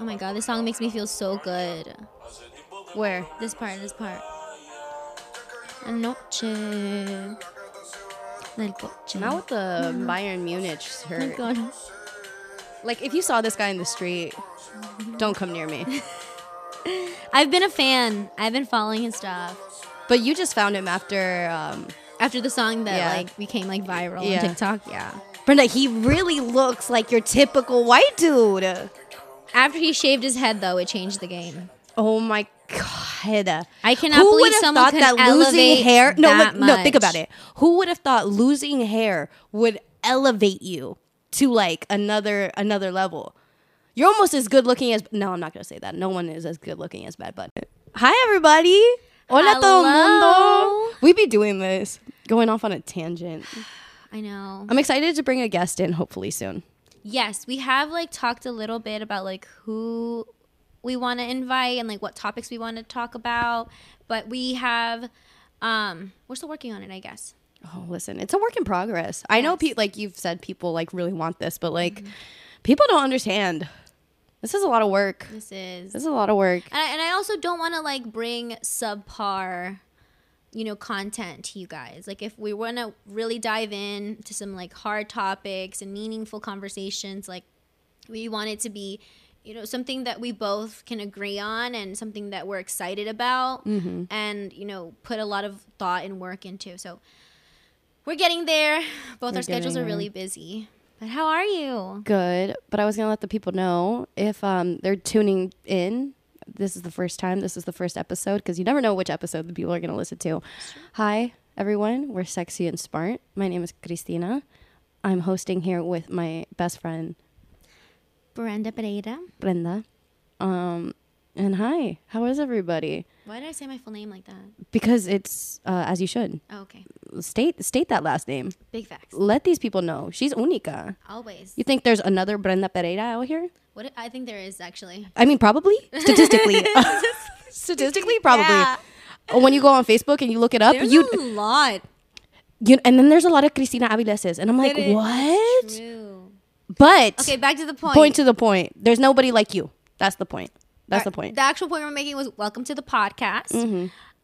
Oh my god, this song makes me feel so good. Where? This part, this part. Anoche. Del coche. Not with the Bayern Munich Oh my shirt. god. Like if you saw this guy in the street, don't come near me. I've been a fan. I've been following his stuff. But you just found him after. Um, After the song that Yeah. like became like viral Yeah. on TikTok, yeah. Brenda, he really looks like your typical white dude. After he shaved his head though, it changed the game. Oh my god! I cannot Who believe would have someone thought could that elevate losing hair. No, that look, no. Think much. about it. Who would have thought losing hair would elevate you to like another another level? You're almost as good looking as. No, I'm not gonna say that. No one is as good looking as Bad Bunny. Hi everybody. Hola Hello. todo mundo. We be doing this, going off on a tangent. I know. I'm excited to bring a guest in, hopefully soon. Yes, we have like talked a little bit about like who we want to invite and like what topics we want to talk about, but we have um we're still working on it, I guess. Oh, listen, it's a work in progress. I know, pe- like you've said, people like really want this, but like people don't understand. This is a lot of work. This is This is a lot of work. and I, and I also don't want to like bring subpar you know content to you guys. Like if we want to really dive in to some like hard topics and meaningful conversations like we want it to be you know something that we both can agree on and something that we're excited about and you know put a lot of thought and work into so we're getting there both our schedules are getting really busy but how are you Good, but I was gonna let the people know if um they're tuning in. This is the first time. This is the first episode because you never know which episode the people are gonna listen to. Hi, everyone. We're sexy and smart. My name is Christina. I'm hosting here with my best friend brenda Pereira. Brenda. Um, and hi, how is everybody? why did i say my full name like that Because it's uh, as you should. oh, okay state state that last name. big facts Let these people know she's única. always You think there's another Brenda Pereira out here? what i- i think there is actually I mean, probably statistically, statistically, probably. Yeah. When you go on Facebook and you look it up, there's you, a lot you and then there's a lot of Cristina Avileses, and I'm like, It is what? true. But okay back to the point point to the point. There's nobody like you. That's the point. That's Our- the point. Mm-hmm. The actual point we're making was welcome to the podcast.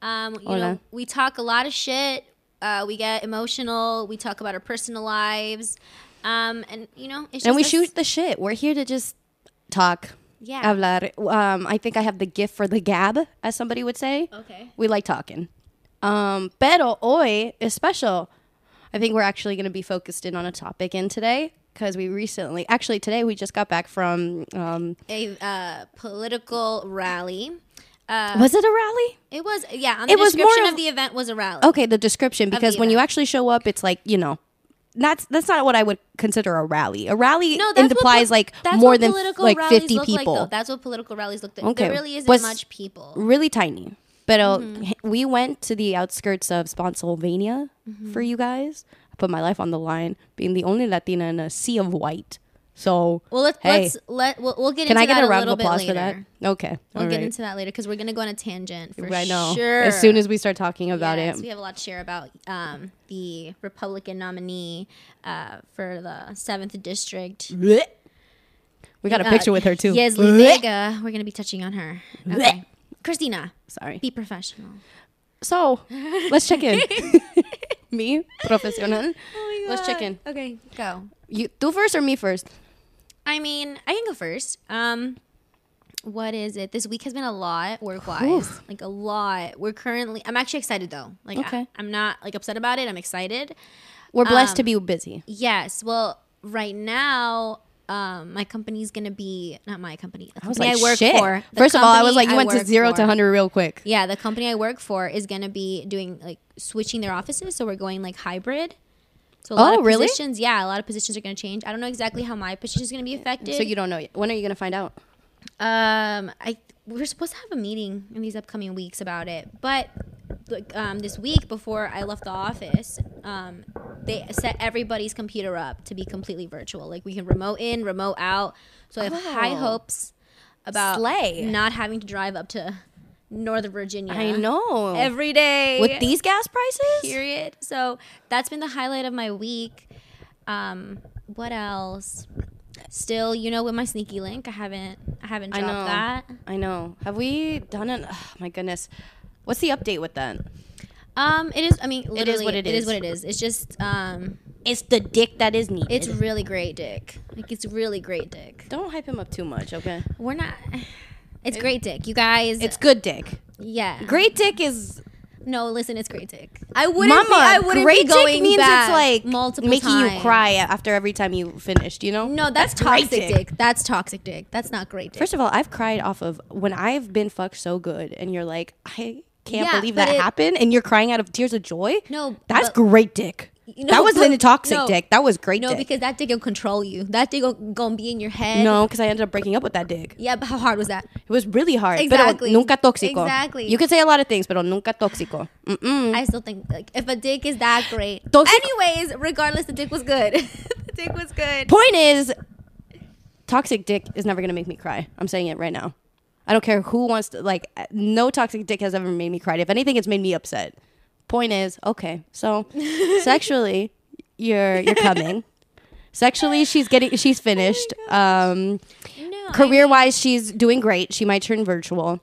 Um, you Hola. know, we talk a lot of shit. Uh, we get emotional. We talk about our personal lives. Um, and you know, it's just and we us- shoot the shit. We're here to just talk. Yeah. Hablar. Um, I think I have the gift for the gab, as somebody would say. Okay. We like talking. Um, pero hoy is special. I think we're actually going to be focused in on a topic in today because we recently, actually today, we just got back from. Um, A uh, political rally. Uh, was it a rally? it was yeah. On the It was more description of, of- the event was a rally. Okay, the description because when event. you actually show up, it's like you know. That's that's not what I would consider a rally. A rally No, that's what implies pol- like that's more what than political like rallies fifty look like, people. though. that's what political rallies look like. Okay. There really isn't Was- much people. really tiny. But uh, Mm-hmm. we went to the outskirts of Spotsylvania Mm-hmm. for you guys. I put my life on the line, being the only Latina in a sea of white. So, Well, let's Hey. let's let we'll, we'll get can into I get that a round little of applause bit for later. that? Okay, We'll all get right. into that later because we're gonna go on a tangent. For I know. Sure. As soon as we start talking about Yes, we it, have a lot to share about um, the Republican nominee uh, for the seventh district. we, got a Uh, picture with her too. Yesley Vega. We're gonna be touching on her. Okay. Christina, Sorry. be professional. So, let's check in. me, profesional. Let's check in. Oh Okay, go. You, do first or me first? I mean, I can go first. Um, what is it? This week has been a lot work wise, like a lot. We're currently. I'm actually excited though. Like, Okay. I, am not like upset about it. I'm excited. We're blessed Um, to be busy. Yes. Well, right now, um, my company's gonna be not my company. The I was company like, I work shit. for. the First of all, I was company like, you went to work zero for- to hundred real quick. Yeah, the company I work for is gonna be doing like switching their offices, so we're going like hybrid. So a lot Oh, of really? positions, yeah, a lot of positions are gonna change. I don't know exactly how my position is gonna be affected. So you don't know yet. When are you gonna find out? Um, I we're supposed to have a meeting in these upcoming weeks about it, but like um, this week before I left the office, um, they set everybody's computer up to be completely virtual. Like we can remote in, remote out. So I have high Oh. hopes about Slay. not having to drive up to Northern Virginia. I know. every day With these gas prices? period. So that's been the highlight of my week. Um, what else? still, you know, with my sneaky link, I haven't I haven't I dropped know. that. I know. Have we done it? Oh, my goodness. What's the update with that? Um, it is. I mean, literally, what it It is. is what it is. It's just um, It's the dick that is needed. it's really great dick. Like it's really great dick. Don't hype him up too much, okay? We're not. It's great dick, you guys. it's good dick. yeah. Great dick is No, listen, it's great dick. I wouldn't. Mama, be, I wouldn't great be dick going means it's back like multiple Making you times. cry after every time you finished, you know? No, that's, great toxic dick. dick. That's toxic dick. That's not great dick. First of all, I've cried off of when I've been fucked so good and you're like, I can't Yeah, believe but that it- happened and you're crying out of tears of joy. No, That's but- great dick. You that know, wasn't a but- toxic no. dick. That was great no, dick. because that dick will control you. That dick will gonna be in your head. no, because I ended up breaking up with that dick. Yeah, but how hard was that? It was really hard. Exactly. Pero nunca tóxico. Exactly. You can say a lot of things, pero nunca tóxico. Mm-mm. I still think like if a dick is that great. Toxic- Anyways, regardless, the dick was good. the dick was good. Point is, toxic dick is never gonna make me cry. I'm saying it right now. I don't care who wants to like. No toxic dick has ever made me cry. If anything, it's made me upset. Point is, okay, so sexually, you're you're coming. Sexually, she's getting she's finished. Um, No, career wise, she's doing great. She might turn virtual.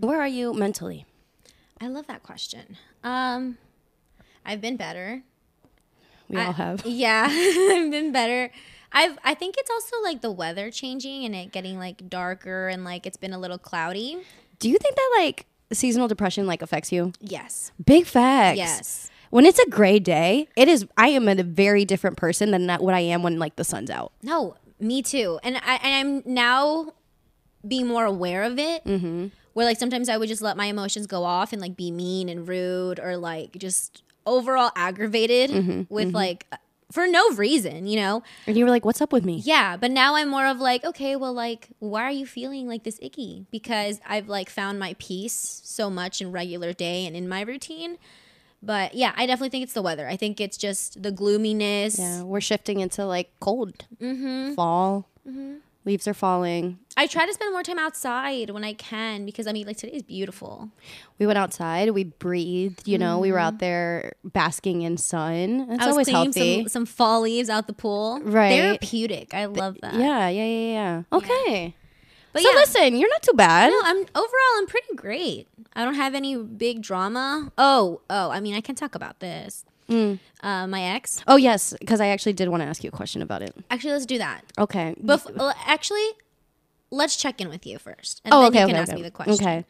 Where are you mentally? I, I love that question. Um, I've been better. We I- all have. Yeah, I've been better. I've I think it's also like the weather changing and it getting like darker and like it's been a little cloudy. Do you think that like seasonal depression like affects you? Yes. Big facts. Yes. When it's a gray day, it is. I am a very different person than that what I am when like the sun's out. No, me too. And I and I'm now being more aware of it. Mm-hmm. Where like sometimes I would just let my emotions go off and like be mean and rude or like just overall aggravated with like for no reason, you know. And you were like, "What's up with me?" Yeah, but now I'm more of like, okay, well, like, why are you feeling like this icky? Because I've like found my peace so much in regular day and in my routine. But yeah, I definitely think it's the weather. I think it's just the gloominess. Yeah, we're shifting into like cold, Mm-hmm. fall. Leaves are falling. I try to spend more time outside when I can because I mean, like today is beautiful. We went outside. We breathed. You know, we were out there basking in sun. It's Mm-hmm. I was always cleaning healthy. some, some fall leaves out the pool. Right. therapeutic. I love that. yeah, yeah, yeah, yeah. Okay. but so yeah, listen, you're not too bad. no, I'm overall I'm pretty great. I don't have any big drama. Oh, oh, I mean, I can talk about this. Mm. Uh, my ex. Oh yes, because I actually did want to ask you a question about it. Actually, let's do that. Okay. Bef- l- actually, let's check in with you first. And Oh, then okay. you can okay, ask okay. me the question. Okay.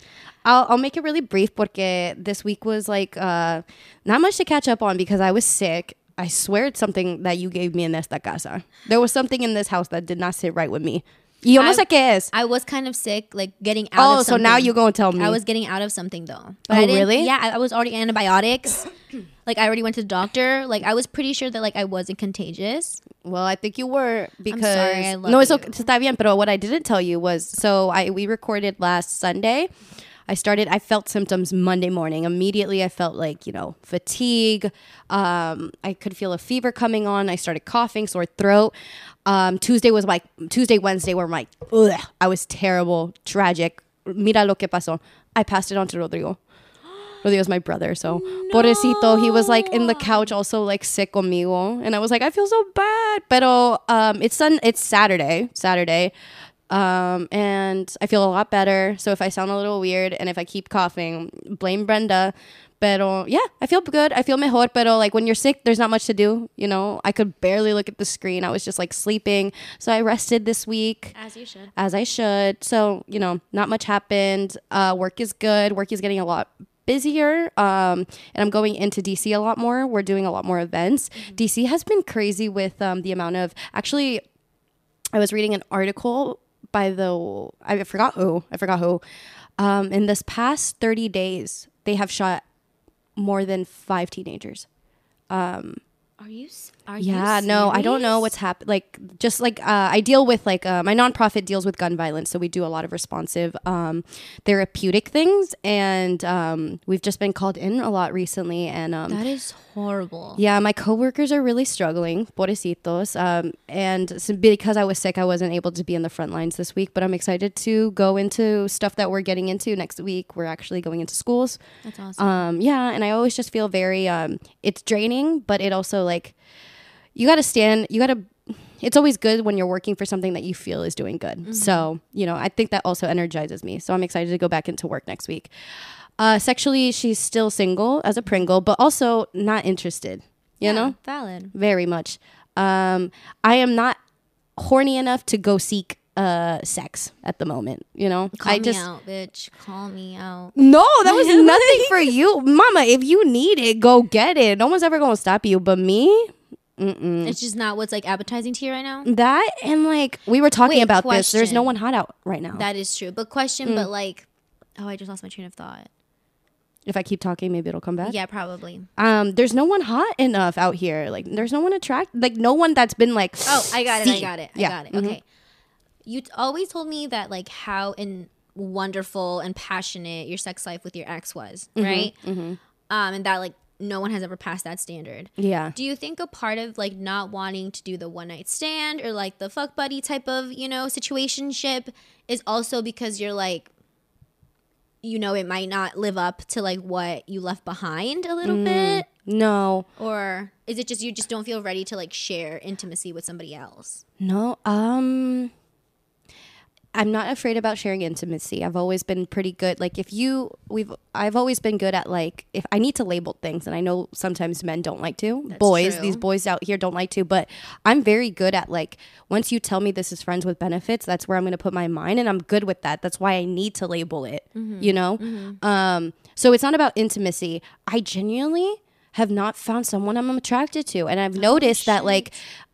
I'll, I'll make it really brief porque this week was like uh, not much to catch up on because I was sick. I swear it's something that you gave me in esta casa. There was something in this house that did not sit right with me. Yo no I- sé qué es. I was kind of sick, like getting out Oh, of so something. now you're going to tell me. I was getting out of something though. Oh, I didn't- really? Yeah, I, I was already antibiotics. like I already went to the doctor. Like I was pretty sure that like I wasn't contagious. Well, I think you were because sorry, I love no, it's you. okay. Está bien, pero what I didn't tell you was so I we recorded last Sunday. I started. I felt symptoms Monday morning. Immediately, I felt like you know fatigue. Um, I could feel a fever coming on. I started coughing, sore throat. Um, Tuesday was like Tuesday, Wednesday were my. Ugh, I was terrible, tragic. Mira lo que pasó. I passed it on to Rodrigo. Rodrigo's my brother, so pobrecito, he was like in the couch, also like sick conmigo, and I was like, I feel so bad. Pero um, it's sun, it's Saturday, Saturday, um, and I feel a lot better. So if I sound a little weird and if I keep coughing, blame Brenda. Pero yeah, I feel good. I feel mejor. Pero like when you're sick, there's not much to do. You know, I could barely look at the screen. I was just like sleeping. So I rested this week As you should. as I should. So, you know, not much happened. Uh, work is good. Work is getting a lot busier. Um, and I'm going into DC a lot more. We're doing a lot more events. DC has been crazy with um, the amount of actually, I was reading an article by the, I forgot who, I forgot who. Um, in this past 30 days, they have shot more than five teenagers. Are you? s- Are Yeah, you no, I don't serious? know what's happened. Like, just like uh, I deal with like uh, my nonprofit deals with gun violence, so we do a lot of responsive um, therapeutic things, and um, we've just been called in a lot recently. And um, That is horrible. yeah, my coworkers are really struggling, pobrecitos. Um, and s- because I was sick, I wasn't able to be in the front lines this week, but I'm excited to go into stuff that we're getting into next week. We're actually going into schools. That's awesome. Um, yeah, and I always just feel very um it's draining, but it also like you gotta stand you gotta it's always good when you're working for something that you feel is doing good. Mm-hmm. So, you know, I think that also energizes me. So I'm excited to go back into work next week. Uh, sexually, she's still single as a Pringle, but also not interested, you Yeah, know? valid. Very much. Um, I am not horny enough to go seek uh, sex at the moment, you know? Call I me just. out, bitch. Call me out. No, that was nothing for you, Mama. If you need it, go get it. No one's ever gonna stop you, but me. Mm. It's just not what's like appetizing to you right now. That and like we were talking Wait, about this. There's no question. one hot out right now. That is true. But question, Mm. but like, oh, I just lost my train of thought. if I keep talking, maybe it'll come back. Yeah, probably. Um, there's no one hot enough out here. Like, there's no one attract. Like, no one that's been like. Oh, I got it. I seen. got it. I Yeah. got it. Mhm. Okay. You t- always told me that like how in wonderful and passionate your sex life with your ex was, right? Um, and that like no one has ever passed that standard. Yeah. Do you think a part of like not wanting to do the one night stand or like the fuck buddy type of, you know, situationship is also because you're like you know it might not live up to like what you left behind a little bit No. or is it just you just don't feel ready to like share intimacy with somebody else? No. Um. I'm not afraid about sharing intimacy. I've always been pretty good. Like if you we've I've always been good at like if I need to label things and I know sometimes men don't like to. boys, true. these boys out here don't like to, but I'm very good at like once you tell me this is friends with benefits, that's where I'm going to put my mind and I'm good with that. That's why I need to label it, you know? Um so it's not about intimacy. I genuinely have not found someone I'm attracted to and I've noticed that like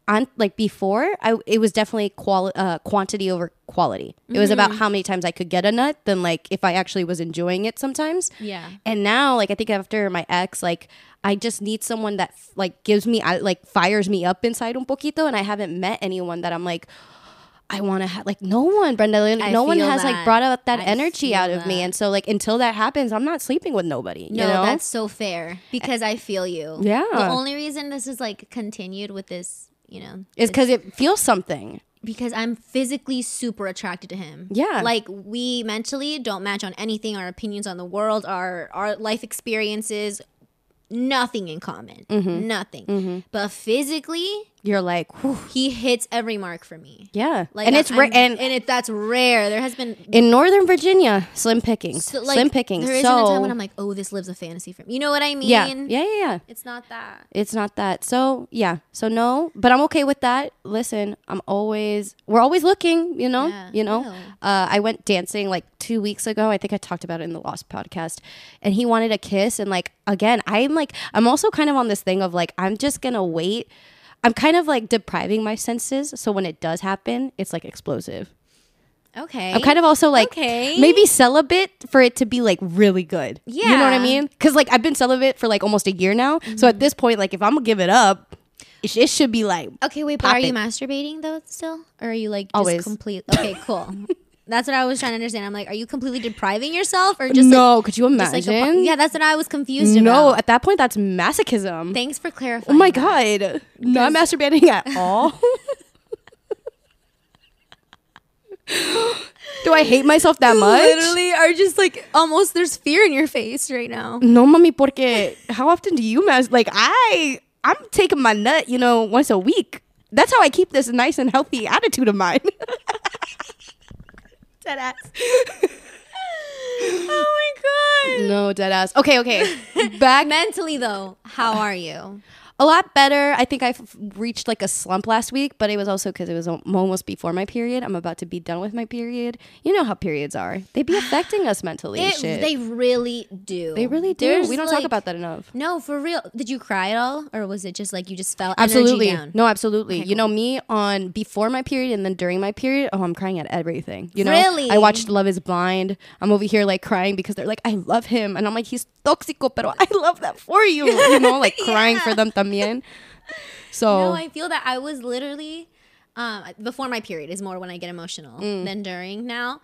on like before I it was definitely quali- uh, quantity over quality. It was Mm-hmm. about how many times I could get a nut than like if I actually was enjoying it sometimes. Yeah. And now like I think after my ex like I just need someone that like gives me I, like fires me up inside un poquito and I haven't met anyone that I'm like I want to have like no one, Brenda. like, I no one feel has that. like brought out that I energy feel out of me, that. and so like until that happens, I'm not sleeping with nobody. No, you know? that's so fair because I feel you. Yeah. The only reason this is like continued with this, you know, it's because it feels something. because I'm physically super attracted to him. Yeah. Like we mentally don't match on anything, our opinions on the world, our our life experiences, nothing in common. Mm-hmm. Nothing. But physically, You're like, whew, he hits every mark for me. yeah, Like and it's I'm- rare. And and it that's rare. There has been in Northern Virginia, slim pickings, slim pickings. There isn't so a time when I'm like, oh, this lives a fantasy for me. You know what I mean? yeah, yeah, yeah, yeah. It's not that. It's not that. So yeah. So no, but I'm okay with that. Listen, I'm always we're always looking, you know. Yeah, you know. no. Uh, I went dancing like two weeks ago. I think I talked about it in the Lost podcast. And he wanted a kiss and like again, I'm like I'm also kind of on this thing of like I'm just gonna wait. I'm kind of like depriving my senses. So when it does happen, it's like explosive. Okay. I'm kind of also like Okay. maybe celibate for it to be like really good. You know what I Yeah. Mm-hmm. mean? Because like I've been celibate for like almost a year now. So at this point, like if I'm gonna give it up, it, sh- it should be like Okay, wait, but are you popping. masturbating though still? Or are you like just Always. complete Okay, cool. that's what I was trying to understand. I'm like, are you completely depriving yourself or just no. could you like, just, like, imagine? the po- Yeah, that's what I was confused no. about. At that point, that's masochism. Thanks for clarifying. oh my god, not masturbating at all. Do I hate myself that much? Literally are just like almost there's fear in your face right now. No, mommy, porque how often do you mas Like I, I'm taking my nut, you know, once a week. That's how I keep this nice and healthy attitude of mine. Dead ass. oh my god. no, dead ass. Okay, okay. Back Mentally though, how are you? a lot better. I think I f- reached like a slump last week, but it was also because it was al- almost before my period. I'm about to be done with my period. You know how periods are. They be affecting us mentally. and It, shit. they really do. They really do. There's, we don't like- talk about that enough. No, for real. Did you cry at all, or was it just like you just felt Absolutely. Energy down? No, absolutely. Okay, You know me on before my period and then during my period. Oh, I'm crying at everything. You know, Really? I watched Love Is Blind. I'm over here like crying because they're like, I love him, and I'm like, he's tóxico, pero I love that for you. You know, like crying for them también. So No, I feel that I was literally um, before my period is more when I get emotional Mm. than during now,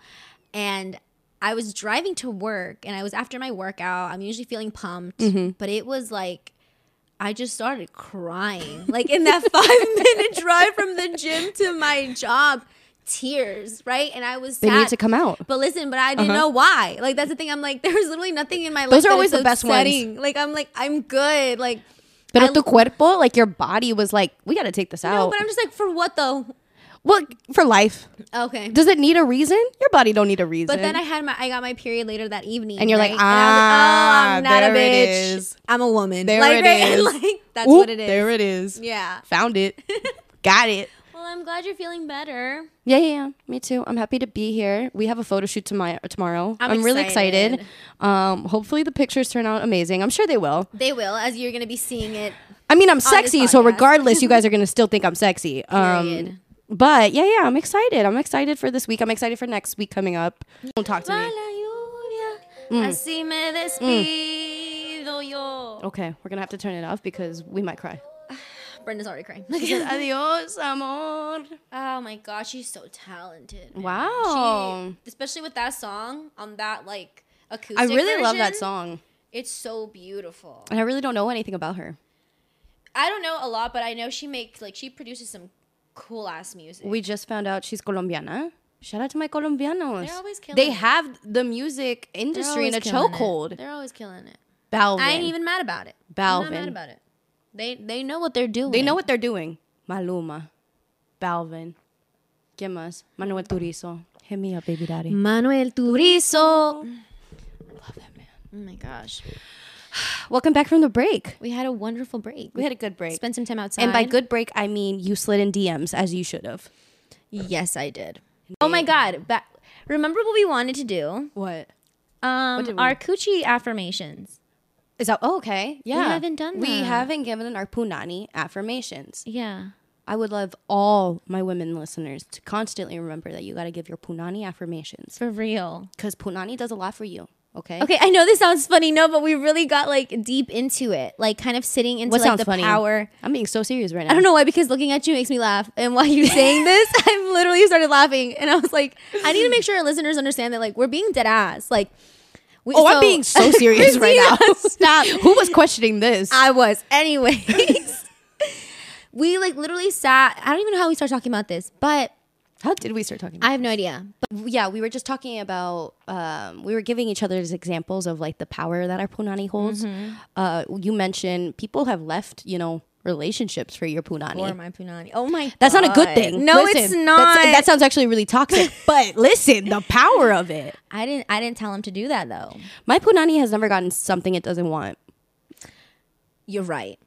and I was driving to work and I was after my workout. I'm usually feeling pumped, Mm-hmm. but it was like. I just started crying. Like in that five minute drive from the gym to my job, tears, right? And I was they sad. need to come out. But listen, but I didn't know why. Like that's the thing. I'm like, there's literally nothing in my life. Uh-huh. Those are that always is the best ones. upsetting. Like I'm like, I'm good. Like Pero I- tu cuerpo, like your body was like, we got to take this No, out. but I'm just like, for what though? well, for life. Okay. Does it need a reason? Your body don't need a reason. But then I had my I got my period later that evening, And you're like, right? I was like, "Ah, oh, I'm not there it a bitch. is. I'm a woman. There like, it right? is. like that's Oop, what it is. There it is. Yeah. Found it. got it. Well, I'm glad you're feeling better. Yeah, yeah, yeah. Me too. I'm happy to be here. We have a photo shoot tomorrow. Tomorrow, I'm really excited. excited. Um, hopefully the pictures turn out amazing. I'm sure they will. They will, as you're gonna be seeing it. I mean, I'm this sexy, so podcast. regardless, you guys are gonna still think I'm sexy. Period. Um, but yeah, yeah, I'm excited. I'm excited for this week. I'm excited for next week coming up. Don't talk to La me. lluvia, así me despido yo. Okay, we're gonna have to turn it off because we might cry. Brenda's already crying. Adios, amor. oh my gosh, she's so talented. man. Wow. She- especially with that song on that like acoustic. I really love that version, song, It's so beautiful. and I really don't know anything about her. I don't know a lot, but I know she makes like she produces some cool ass music. We just found out she's Colombiana. Shout out to my Colombianos. They're always killing They it. have the music They're industry in a always killing it. chokehold. They're always killing it. Balvin. I ain't even mad about it. I'm not Balvin. mad about it. They they know what they're doing. They know what they're doing. Maluma, Balvin, ¿Quién más? Manuel Turizo. Hit me up, baby daddy. Manuel Turizo. Love that man. Oh my gosh, Welcome back from the break. we had a wonderful break. We had a good break. spent some time outside. and by good break, I mean you slid in DMs as you should have. yes, I did. Oh my god, ba- remember what we wanted to do? What? Um, did we our coochie affirmations. Is that oh, okay? Yeah. haven't done We that. haven't given our punani affirmations. Yeah. I would love all my women listeners to constantly remember that you got to give your punani affirmations For real. because punani does a lot for you. Okay. Okay, I know this sounds funny, no, but we really got like deep into it, like kind of sitting into What like sounds the funny? power. I'm being so serious right now. I don't know why, because looking at you makes me laugh. And while you're saying this, I've literally started laughing. And I was like, I need to make sure our listeners understand that, like, we're being dead ass. Like, we, Oh, I'm being so serious right now. Christina, Stop. Who was questioning this? I was. Anyways, we like literally sat. I don't even know how we started talking about this, but How did we start talking? I have no idea. But yeah, we were just talking about um, we were giving each other's examples of like the power that our punani holds. Uh, you mentioned people have left, you know, relationships for your punani. or my punani. Oh my. that's not a good God. thing. No, Listen, it's that's- not. that sounds actually really toxic. but listen, the power of it. I didn't. I didn't tell him to do that though. My punani has never gotten something it doesn't want. You're right.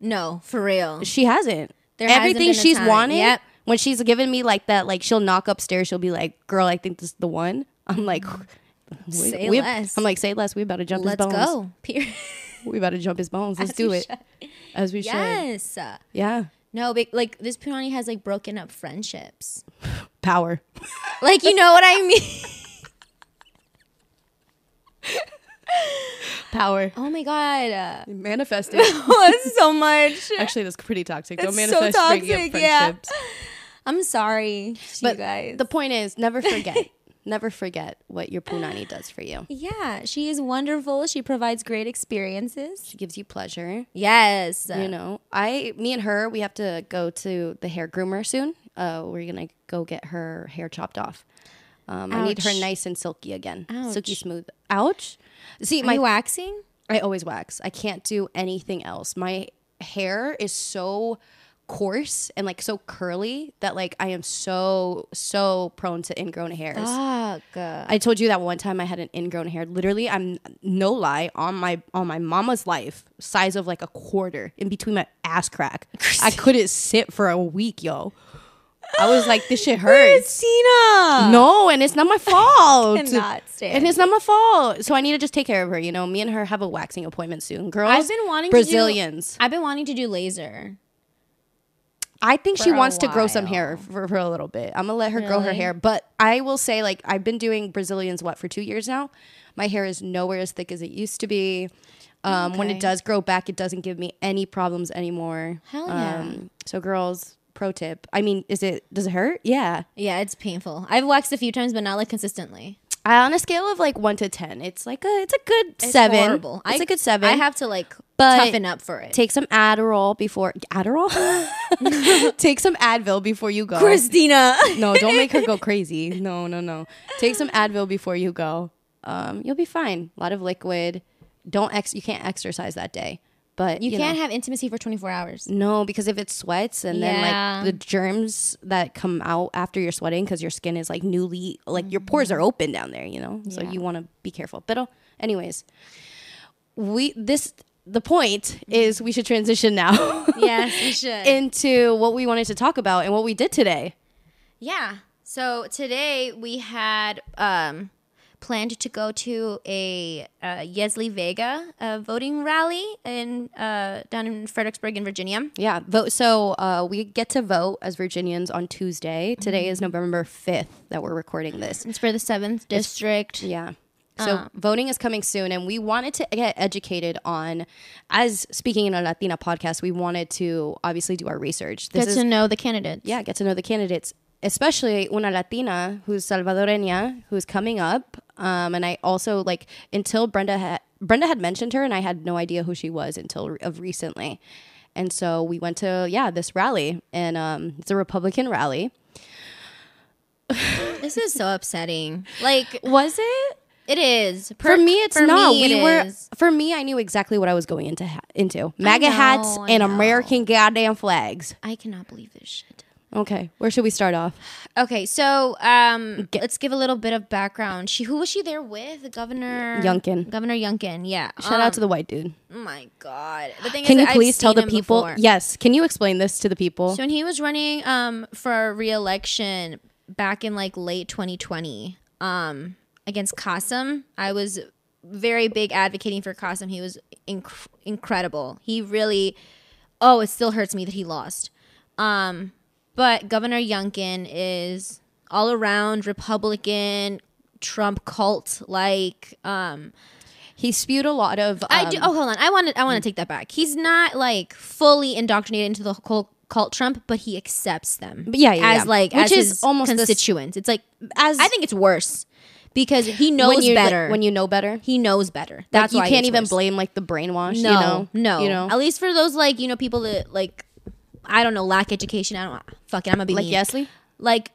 No, for real. She hasn't. There hasn't Everything been a she's time. wanted. Yep. When she's given me like that, like she'll knock upstairs. She'll be like, "Girl, I think this is the one." I'm like, we- Mm. Say we- less. I'm like, "Say less." We about to jump Let's his bones. go. Period. We about to jump his bones. Let's As do we it. As we should. Yes. Yeah. No, but like this punani has like broken up friendships. Power. Like you know what I mean? Power. Oh my god, uh, Manifesting. that's so much. actually, that's pretty toxic. Don't It's so manifest breaking up toxic, yeah. friendships. I'm sorry, but But you guys. the point is, never forget. never forget what your punani does for you. yeah, she is wonderful. She provides great experiences. She gives you pleasure. Yes. you know i me and her we have to go to the hair groomer soon uh we're gonna go get her hair chopped off um i need her Ouch. nice and silky again silky Ouch. smooth ouch see Are my you waxing? i always wax i can't do anything else my hair is so coarse and like so curly that like i am so so prone to ingrown hairs Fuck. I told you that one time I had an ingrown hair. Literally, I'm no lie on my on my mama's life, size of like a quarter in between my ass crack. I couldn't sit for a week, yo. I was like, this shit hurts. Christina. No, and it's not my fault. cannot stand And it's not my fault. So I need to just take care of her. You know, me and her have a waxing appointment soon, girls. I've been wanting to do- Brazilians. I've been wanting to do laser. I think she for a wants to grow some while. hair for, for a little bit. I'm gonna let her grow her Really? hair, but I will say, like, I've been doing Brazilians what for two years now. My hair is nowhere as thick as it used to be. Um, When Okay. it does grow back, it doesn't give me any problems anymore. Um, Hell yeah. so, girls, pro tip. I mean, is it does it hurt? Yeah. Yeah, it's painful. I've waxed a few times, but not like consistently. I, on a scale of like one to ten, it's like a it's a good seven. It's horrible. It's I- a good seven. I have to like But- toughen up for it. take some Adderall before Adderall. take some Advil before you go. Christina. No, don't make her go crazy. No, no, no. Take some Advil before you go. Um, you'll be fine. A lot of liquid. Don't ex. You can't exercise that day. But You, can't know. have intimacy for 24 hours. No, because if it sweats and Yeah. then like the germs that come out after you're sweating because your skin is like newly like your pores are open down there, you know. So Yeah. you want to be careful. But uh, anyways, we this the point is we should transition now yes, you should. into what we wanted to talk about and what we did today. Yeah. So today we had um, planned to go to a uh, Yesley Vega uh, voting rally in uh, down in Fredericksburg in Virginia. Yeah, vote. So uh, we get to vote as Virginians on Tuesday. Today is November fifth that we're recording this. It's for the seventh district. Yeah. So voting is coming soon, and we wanted to get educated on, as speaking in a Latina podcast, we wanted to obviously do our research. This Good is to know the candidates. yeah, get to know the candidates, especially una Latina who's Salvadoreña, who's coming up. Um, and I also like until Brenda had Brenda had mentioned her, and I had no idea who she was until re- of recently. And so we went to yeah this rally, and um, it's a Republican rally. This is so upsetting. Like Was it? it is for me it's for not me, we it were is. for me i knew exactly what i was going into ha- into maga hats know, I and know. american goddamn flags I cannot believe this shit. okay where should we start off Okay, so um, let's give a little bit of background. She who was she there with? Governor Younkin. Governor Yunkin. Yeah. Oh shout out to the white dude My God. The thing can is you that I've please tell seen the him people before. yes can you explain this to the people So when he was running um for re-election back in like late 2020 um against Qasim, I was very big advocating for Qasim. He was inc- incredible. He really oh, it still hurts me that he lost. Um but Governor Youngkin is all around Republican Trump cult like um he spewed a lot of um, mm. I do. Oh, hold on. I want to. I want to take that back. He's not like fully indoctrinated into the whole cult Trump, but he accepts them. But yeah, yeah, as yeah. like Which as is his almost the s- constituents. It's like as I think it's worse because he when knows you better. when you know better he knows better. That's that's you why can't it's even worse. blame like the brainwash No, you know no. you know at least for those like you know people that like I don't know lack education. I don't ah, fuck it. I'm gonna be like mean. yesly Like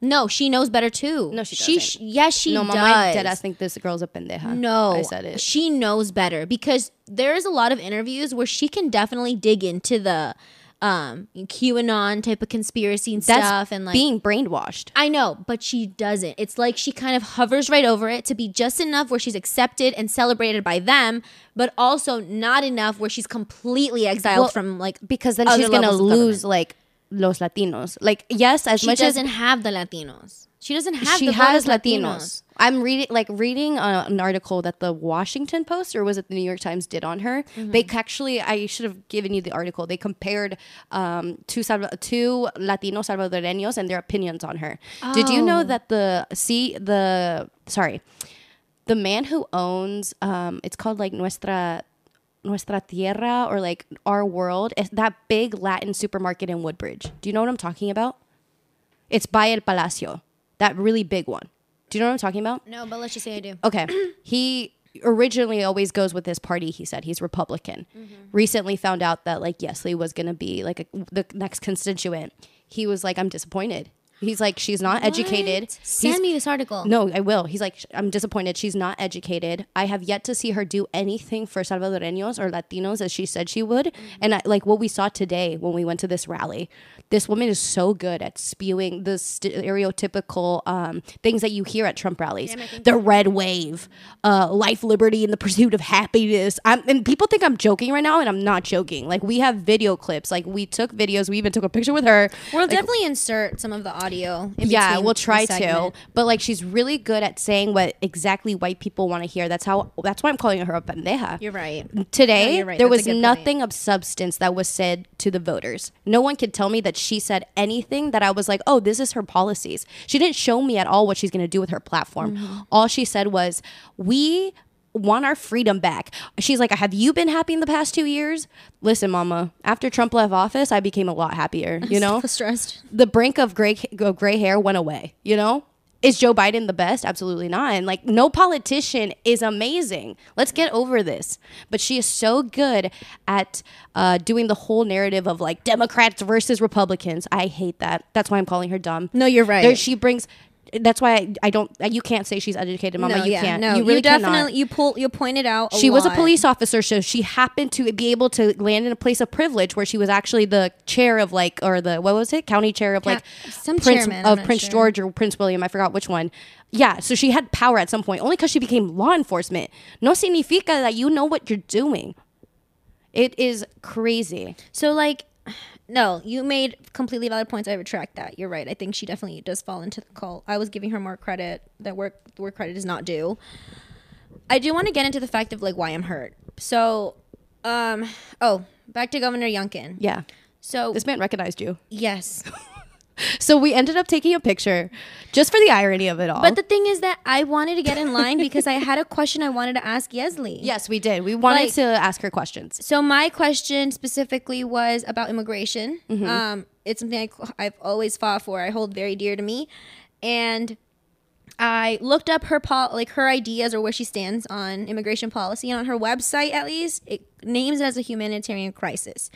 no, she knows better too. No, she She doesn't. sh- yes, she no does. mama I dead ass think this girl's a pendeja No, i said it She knows better because there is a lot of interviews where she can definitely dig into the um QAnon type of conspiracy and that's stuff, and like being brainwashed I know, but she doesn't. It's like she kind of hovers right over it to be just enough where she's accepted and celebrated by them, but also not enough where she's completely exiled Well, from like because then other she's gonna levels of lose like los Latinos. Like yes, as she much as doesn't have the Latinos. She doesn't have. she the blood has of Latinos. I'm reading like reading uh, an article that the Washington Post or was it the New York Times did on her. Mm-hmm. They c- actually I should have given you the article. They compared um, two Salva- two Latino Salvadoreños and their opinions on her. Did you Oh. know that the see the sorry the man who owns um, it's called like Nuestra Nuestra Tierra or like Our World it's that big Latin supermarket in Woodbridge. Do you know what I'm talking about? It's by El Palacio, that really big one. Do you know what I'm talking about? No, but let's just say I do. Okay. he originally always goes with his party. He said he's Republican. Recently found out that like Yesley was going to be like a, the next constituent. He was like, I'm disappointed. He's like, she's not educated. What? Send He's- me this article. no, I will. He's like, "Sh- I'm disappointed. She's not educated. I have yet to see her do anything for Salvadoreños or Latinos as she said she would. And I, like what we saw today when we went to this rally, this woman is so good at spewing the stereotypical um, things that you hear at Trump rallies the red wave, uh, life, liberty, and the pursuit of happiness. I'm, and people think I'm joking right now, and I'm not joking. Like, we have video clips. Like, we took videos. We even took a picture with her. We'll Like, definitely insert some of the audio. In yeah, between we'll the try to. segment. But like, she's really good at saying what exactly white people want to hear. That's how. That's why I'm calling her a pendeja. You're right. No, Today, you're right. there That's a was good point. nothing of substance that was said to the voters. No one could tell me that she said anything that I was like, oh, this is her policies. She didn't show me at all what she's going to do with her platform. Mm-hmm. All she said was, we want our freedom back. She's like, have you been happy in the past two years? Listen, mama, after Trump left office, I became a lot happier, you know? stressed. the brink of gray of gray hair went away. You know, is Joe Biden the best? Absolutely not. And like, no politician is amazing. Let's get over this. But she is so good at uh, doing the whole narrative of like Democrats versus Republicans. I hate that. That's why I'm calling her dumb. No, you're right. There, she brings That's why I, I don't. You can't say she's educated, Mama. no, Oh you yeah, can't. No, you really definitely cannot. you pull you pointed out. a She was a lot. police officer, so she happened to be able to land in a place of privilege where she was actually the chair of like, or the what was it, county chair of Ca- like some Prince chairman, I'm of not Prince sure. George or Prince William. I forgot which one. Yeah, so she had power at some point, only because she became law enforcement. No significa that you know what you're doing. It is crazy. So like, no, you made completely valid points. I retract that. You're right. I think she definitely does fall into the cult. I was giving her more credit that work where credit is not due. I do want to get into the fact of like why I'm hurt. So, um, oh, back to Governor Yunkin. Yeah, So this man recognized you. yes, So we ended up taking a picture just for the irony of it all. but the thing is that I wanted to get in line because I had a question I wanted to ask Yesley. yes, we did. We wanted Like- to ask her questions. So my question specifically was about immigration. Um, it's something I, have always fought for. I hold very dear to me, and I looked up her pol- like her ideas or where she stands on immigration policy, and on her website at least it names it as a humanitarian crisis.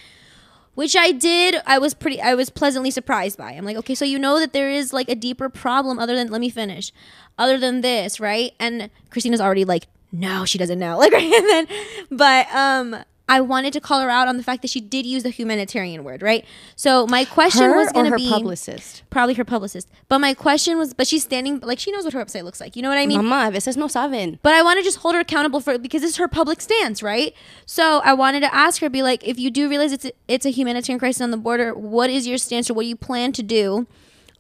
Which I did. I was pretty. I was pleasantly surprised by. I'm like, okay, so you know that there is like a deeper problem other than. Let me finish. Other than this, right? And Christina's already like, no, she doesn't know. Like, right? and then, but um, I wanted to call her out on the fact that she did use the humanitarian word, right? So my question Her was or going to her be publicist. probably her publicist. But my question was, but she's standing, like she knows what her website looks like. You know what I mean? Mama, a veces no saben. But I want to just hold her accountable for because this is her public stance, right? So I wanted to ask her, be like, if you do realize it's a, it's a humanitarian crisis on the border, what is your stance or what do you plan to do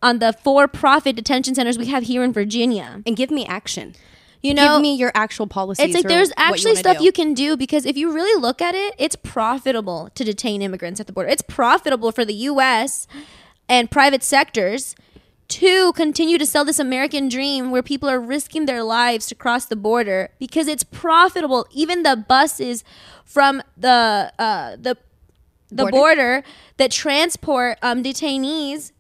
on the for-profit detention centers we have here in Virginia? And give me action. You know, give me your actual policies. it's like or there's what actually wanna stuff do. you can do because if you really look at it, it's profitable to detain immigrants at the border. It's profitable for the U.S. and private sectors to continue to sell this American dream where people are risking their lives to cross the border because it's profitable. Even the buses from the uh, the the Border? border, that transport um, detainees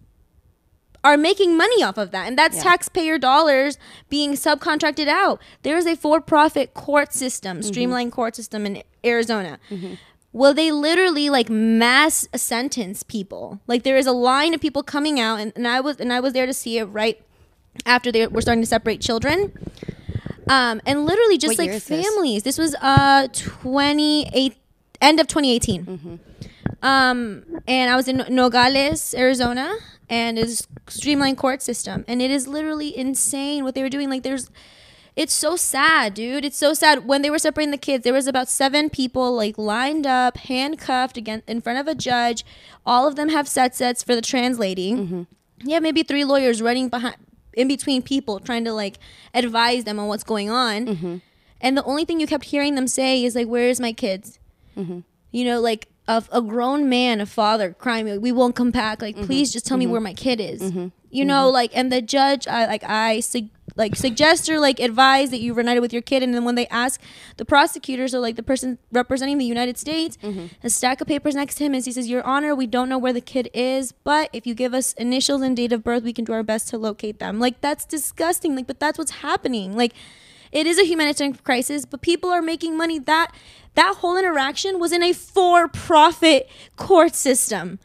are making money off of that and that's taxpayer dollars being subcontracted out there is a for-profit court system streamlined court system in arizona Will they literally like mass sentence people? Like there is a line of people coming out, and, and I was and I was there to see it right after they were starting to separate children, um, and literally just What year like is this? families. This, was uh twenty eight end of twenty Mm-hmm. um, and I was in Nogales, Arizona, and it's streamlined court system, and it is literally insane what they were doing. Like there's, it's so sad, dude. It's so sad. When they were separating the kids, there was about seven people like lined up, handcuffed again in front of a judge. All of them have set sets for the translating. Yeah, maybe three lawyers running behind, in between people, trying to like advise them on what's going on. And the only thing you kept hearing them say is like, "Where is my kids?" you know, like a, a grown man, a father crying, like, we won't come back. Like, please just tell me where my kid is. You know, like, and the judge, I like, I su- like suggest or like advise that you reunited with your kid. And then when they ask the prosecutors or like the person representing the United States, a stack of papers next to him, and he says, "Your Honor, we don't know where the kid is, but if you give us initials and date of birth, we can do our best to locate them." Like, that's disgusting. Like, but that's what's happening. Like it is a humanitarian crisis but people are making money that that whole interaction was in a for-profit court system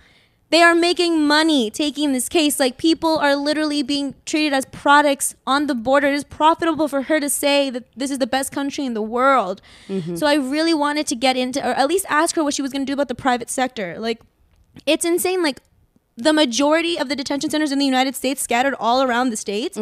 they are making money taking this case like people are literally being treated as products on the border it is profitable for her to say that this is the best country in the world Mm-hmm. so i really wanted to get into or at least ask her what she was going to do about the private sector like it's insane like the majority of the detention centers in the united states scattered all around the states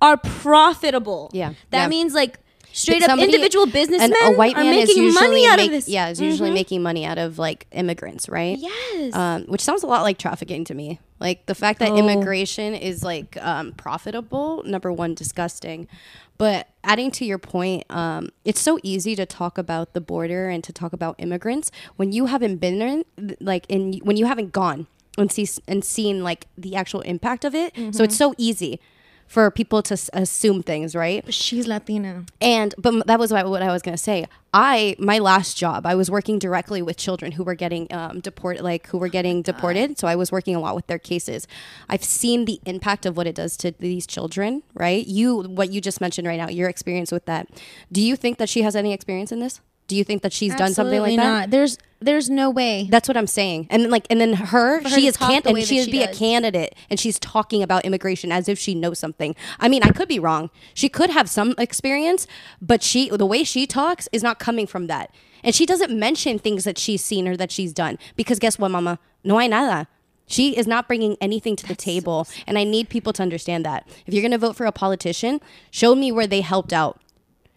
are profitable. Mm-hmm. Yeah. That Yeah. means like straight up Somebody- individual businessmen and a white are man is making usually money out make- of this. Mm-hmm. Yeah, is usually making money out of like immigrants, right? Yes. Um, which sounds a lot like trafficking to me. Like the fact that Oh. immigration is like um, profitable, number one, disgusting. But adding to your point, um, it's so easy to talk about the border and to talk about immigrants when you haven't been there, like, in when you haven't gone and see and seen like the actual impact of it. Mm-hmm. So it's so easy for people to s- assume things, right? She's Latina. And but m- that was what, what I was gonna say. I my last job, I was working directly with children who were getting um, deport, like who were getting deported. So I was working a lot with their cases. I've seen the impact of what it does to these children. Right? You what you just mentioned right now. Your experience with that. Do you think that she has any experience in this? Do do you think that she's done something like that? Not. There's there's no way. That's what I'm saying. And then, like, and then her, For her she to is talk can- the way and she that is she be a does. candidate, and she's talking about immigration as if she knows something. I mean, I could be wrong. She could have some experience, but she, the way she talks, is not coming from that. And she doesn't mention things that she's seen or that she's done because guess what, Mama? No hay nada. She is not bringing anything to the table, and I need people to understand that. If you're going to vote for a politician, show me where they helped out.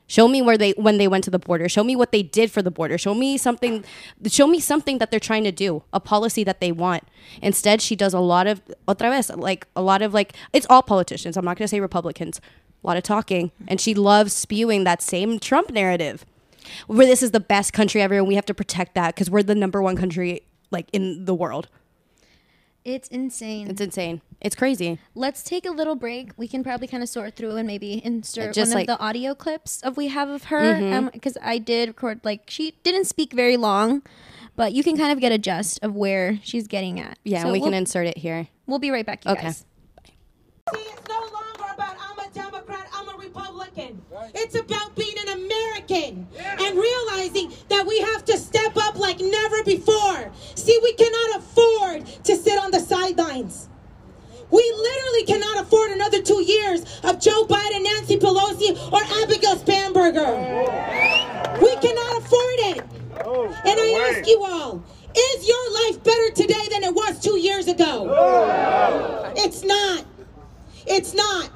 Show me where they when they went to the border. Show me what they did for the border. Show me something show me something that they're trying to do, a policy that they want. Instead, she does a lot of otra vez, like a lot of like it's all politicians. I'm not going to say Republicans. A lot of talking and she loves spewing that same Trump narrative. Where this is the best country ever and we have to protect that cuz we're the number 1 country like in the world. It's insane. It's insane. It's crazy. Let's take a little break. We can probably kind of sort through and maybe insert Just one like- Mm-hmm. of the audio clips of we have of her because I did record like she didn't speak very long, but you can kind of get a gist of where she's getting at. Yeah, So and we we'll, can insert it here. We'll be right back, you Okay. guys. See, it's no longer about I'm a Democrat, I'm a Republican. It's about being an American and realizing that we have to step up like never before. See, we cannot afford to sit on the sidelines. We literally cannot afford another two years of Joe Biden, Nancy Pelosi, or Abigail Spanberger. We cannot afford it. And I ask you all, is your life better today than it was two years ago? It's not. It's not.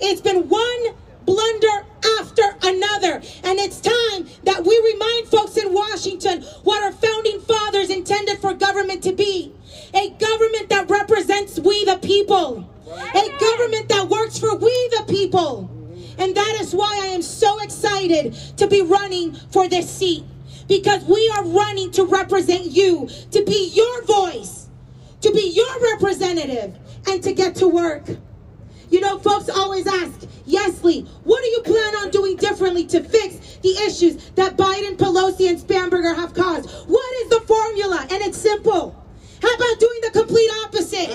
It's been one blunder after another. And it's time that we remind folks in Washington what our founding fathers intended for government to be a government that represents we the people, a government that works for we the people. And that is why I am so excited to be running for this seat because we are running to represent you, to be your voice, to be your representative, and to get to work. You know, folks always ask, Yesley, what do you plan on doing differently to fix the issues that Biden, Pelosi, and Spamberger have caused? What is the formula? And it's simple. How about doing the complete opposite?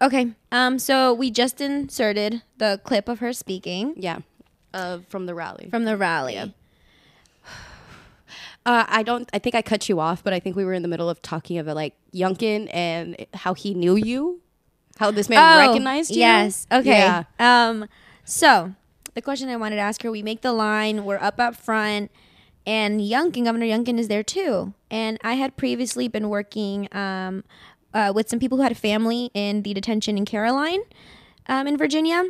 Okay. Um. So we just inserted the clip of her speaking Yeah. Uh, from the rally. from the rally. Uh, I don't. I think I cut you off, but I think we were in the middle of talking about like Yunkin and how he knew you, how this man Oh, recognized you. Yes. Okay. Yeah. Um. So the question I wanted to ask her: We make the line. We're up up front, and Youngkin, Governor Youngkin, is there too. And I had previously been working um, uh, with some people who had a family in the detention in Caroline, um, in Virginia.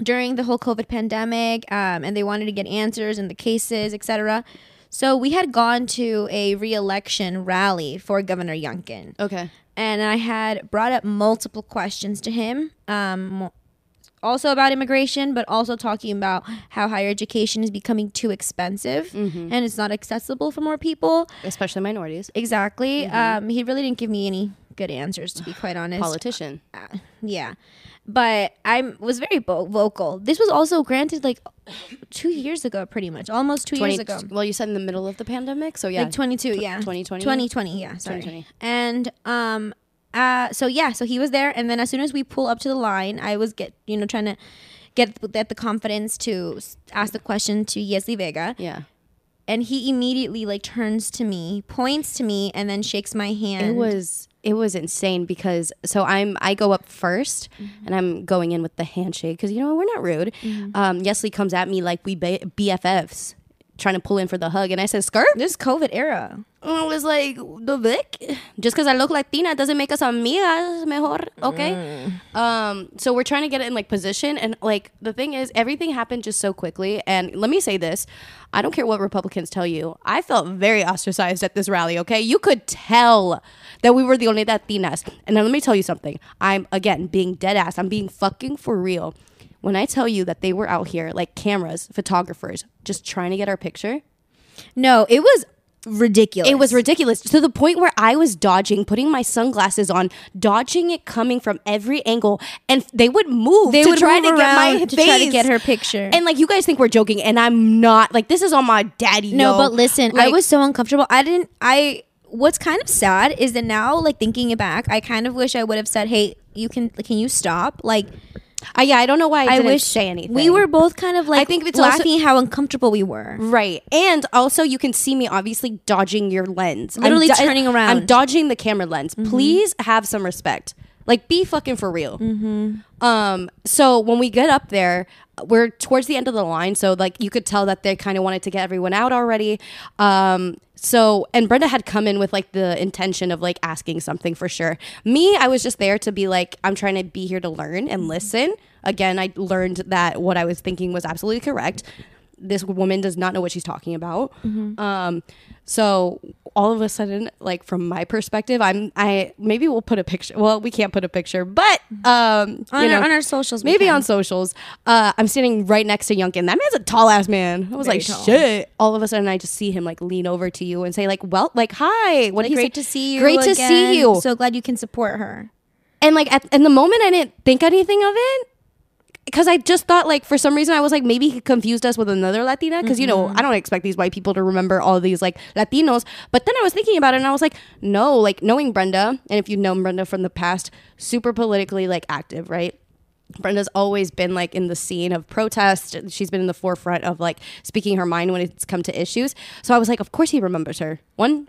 During the whole COVID pandemic, um, and they wanted to get answers in the cases, etc. So we had gone to a reelection rally for Governor Youngkin Okay. and I had brought up multiple questions to him, um, also about immigration, but also talking about how higher education is becoming too expensive and it's not accessible for more people. Especially minorities, Exactly. Um, he really didn't give me any good answers, to be quite honest. politician. Uh, yeah, but I was very bo- vocal. This was also granted like two years ago, pretty much, almost two years ago. Well, you said in the middle of the pandemic, so yeah. Like 22, yeah. 2020? 2020, yeah. Sorry. 2020. And um uh so yeah, so he was there and then as soon as we pull up to the line, I was get, you know, trying to get th- get the confidence to s- ask the question to Yesley Vega yeah. and he immediately like turns to me, points to me and then shakes my hand. It was it was insane because so I'm I go up 1st and I'm going in with the handshake because you know we're not rude. Um, Yesley comes at me like we ba- BFFs, trying to pull in for the hug, and I said, "Skirt." this COVID era. I was like, the Vic? Just because I look Latina doesn't make us amigas mejor, okay? Um, so we're trying to get it in like position. And like the thing is, everything happened just so quickly. And let me say this I don't care what Republicans tell you. I felt very ostracized at this rally, okay? You could tell that we were the only Latinas. And now let me tell you something. I'm, again, being dead ass. I'm being fucking for real. When I tell you that they were out here, like cameras, photographers, just trying to get our picture, No, it was ridiculous. it was ridiculous to the point where I was dodging, putting my sunglasses on, dodging it coming from every angle, and they would move. They to would try move to get my around to try to face. get her picture. And like you guys think we're joking, and I'm not. Like this is on my daddy. No, yo. but listen, I Like, was so uncomfortable. I didn't. I. What's kind of sad is that now, like thinking it back, I kind of wish I would have said, "Hey, you can. Can you stop? Like, I, yeah, I don't know why I, I didn't wish say anything. We were both kind of like I think think it's it's Mm, also- laughing how uncomfortable we were. Right. And also, you can see me obviously dodging your lens. I'm Literally do- turning around. Mm-hmm. I'm dodging the camera lens. Please have some respect. Like, be fucking for real. Um. So when we get up there, we're towards the end of the line. So like, you could tell that they kind of wanted to get everyone out already. Um. So and Brenda had come in with like the intention of like asking something for sure. Me, I was just there to be like, I'm trying to be here to learn and listen. Again, I learned that what I was thinking was absolutely correct this woman does not know what she's talking about. Um, so all of a sudden, like from my perspective, I'm I maybe we'll put a picture. Well, we can't put a picture, but um, On you our- know, on our socials we maybe can. on socials. Uh, I'm standing right next to Yunkin. That man's a tall ass man. I was Very like, tall. shit. All of a sudden, I just see him like lean over to you and say like, well, like, hi. What Like, do you great say? to see you. Great to again. see you. So glad you can support her. and like at in the moment, I didn't think anything of it. Because I just thought, like, for some reason, I was like, maybe he confused us with another Latina. Because, you know, I don't expect these white people to remember all these, like, Latinos. But then I was thinking about it and I was like, no, like, knowing Brenda, and if you've known Brenda from the past, super politically, like, active, right? Brenda's always been like in the scene of protest. She's been in the forefront of like speaking her mind when it's come to issues. So I was like, of course he remembers her. One,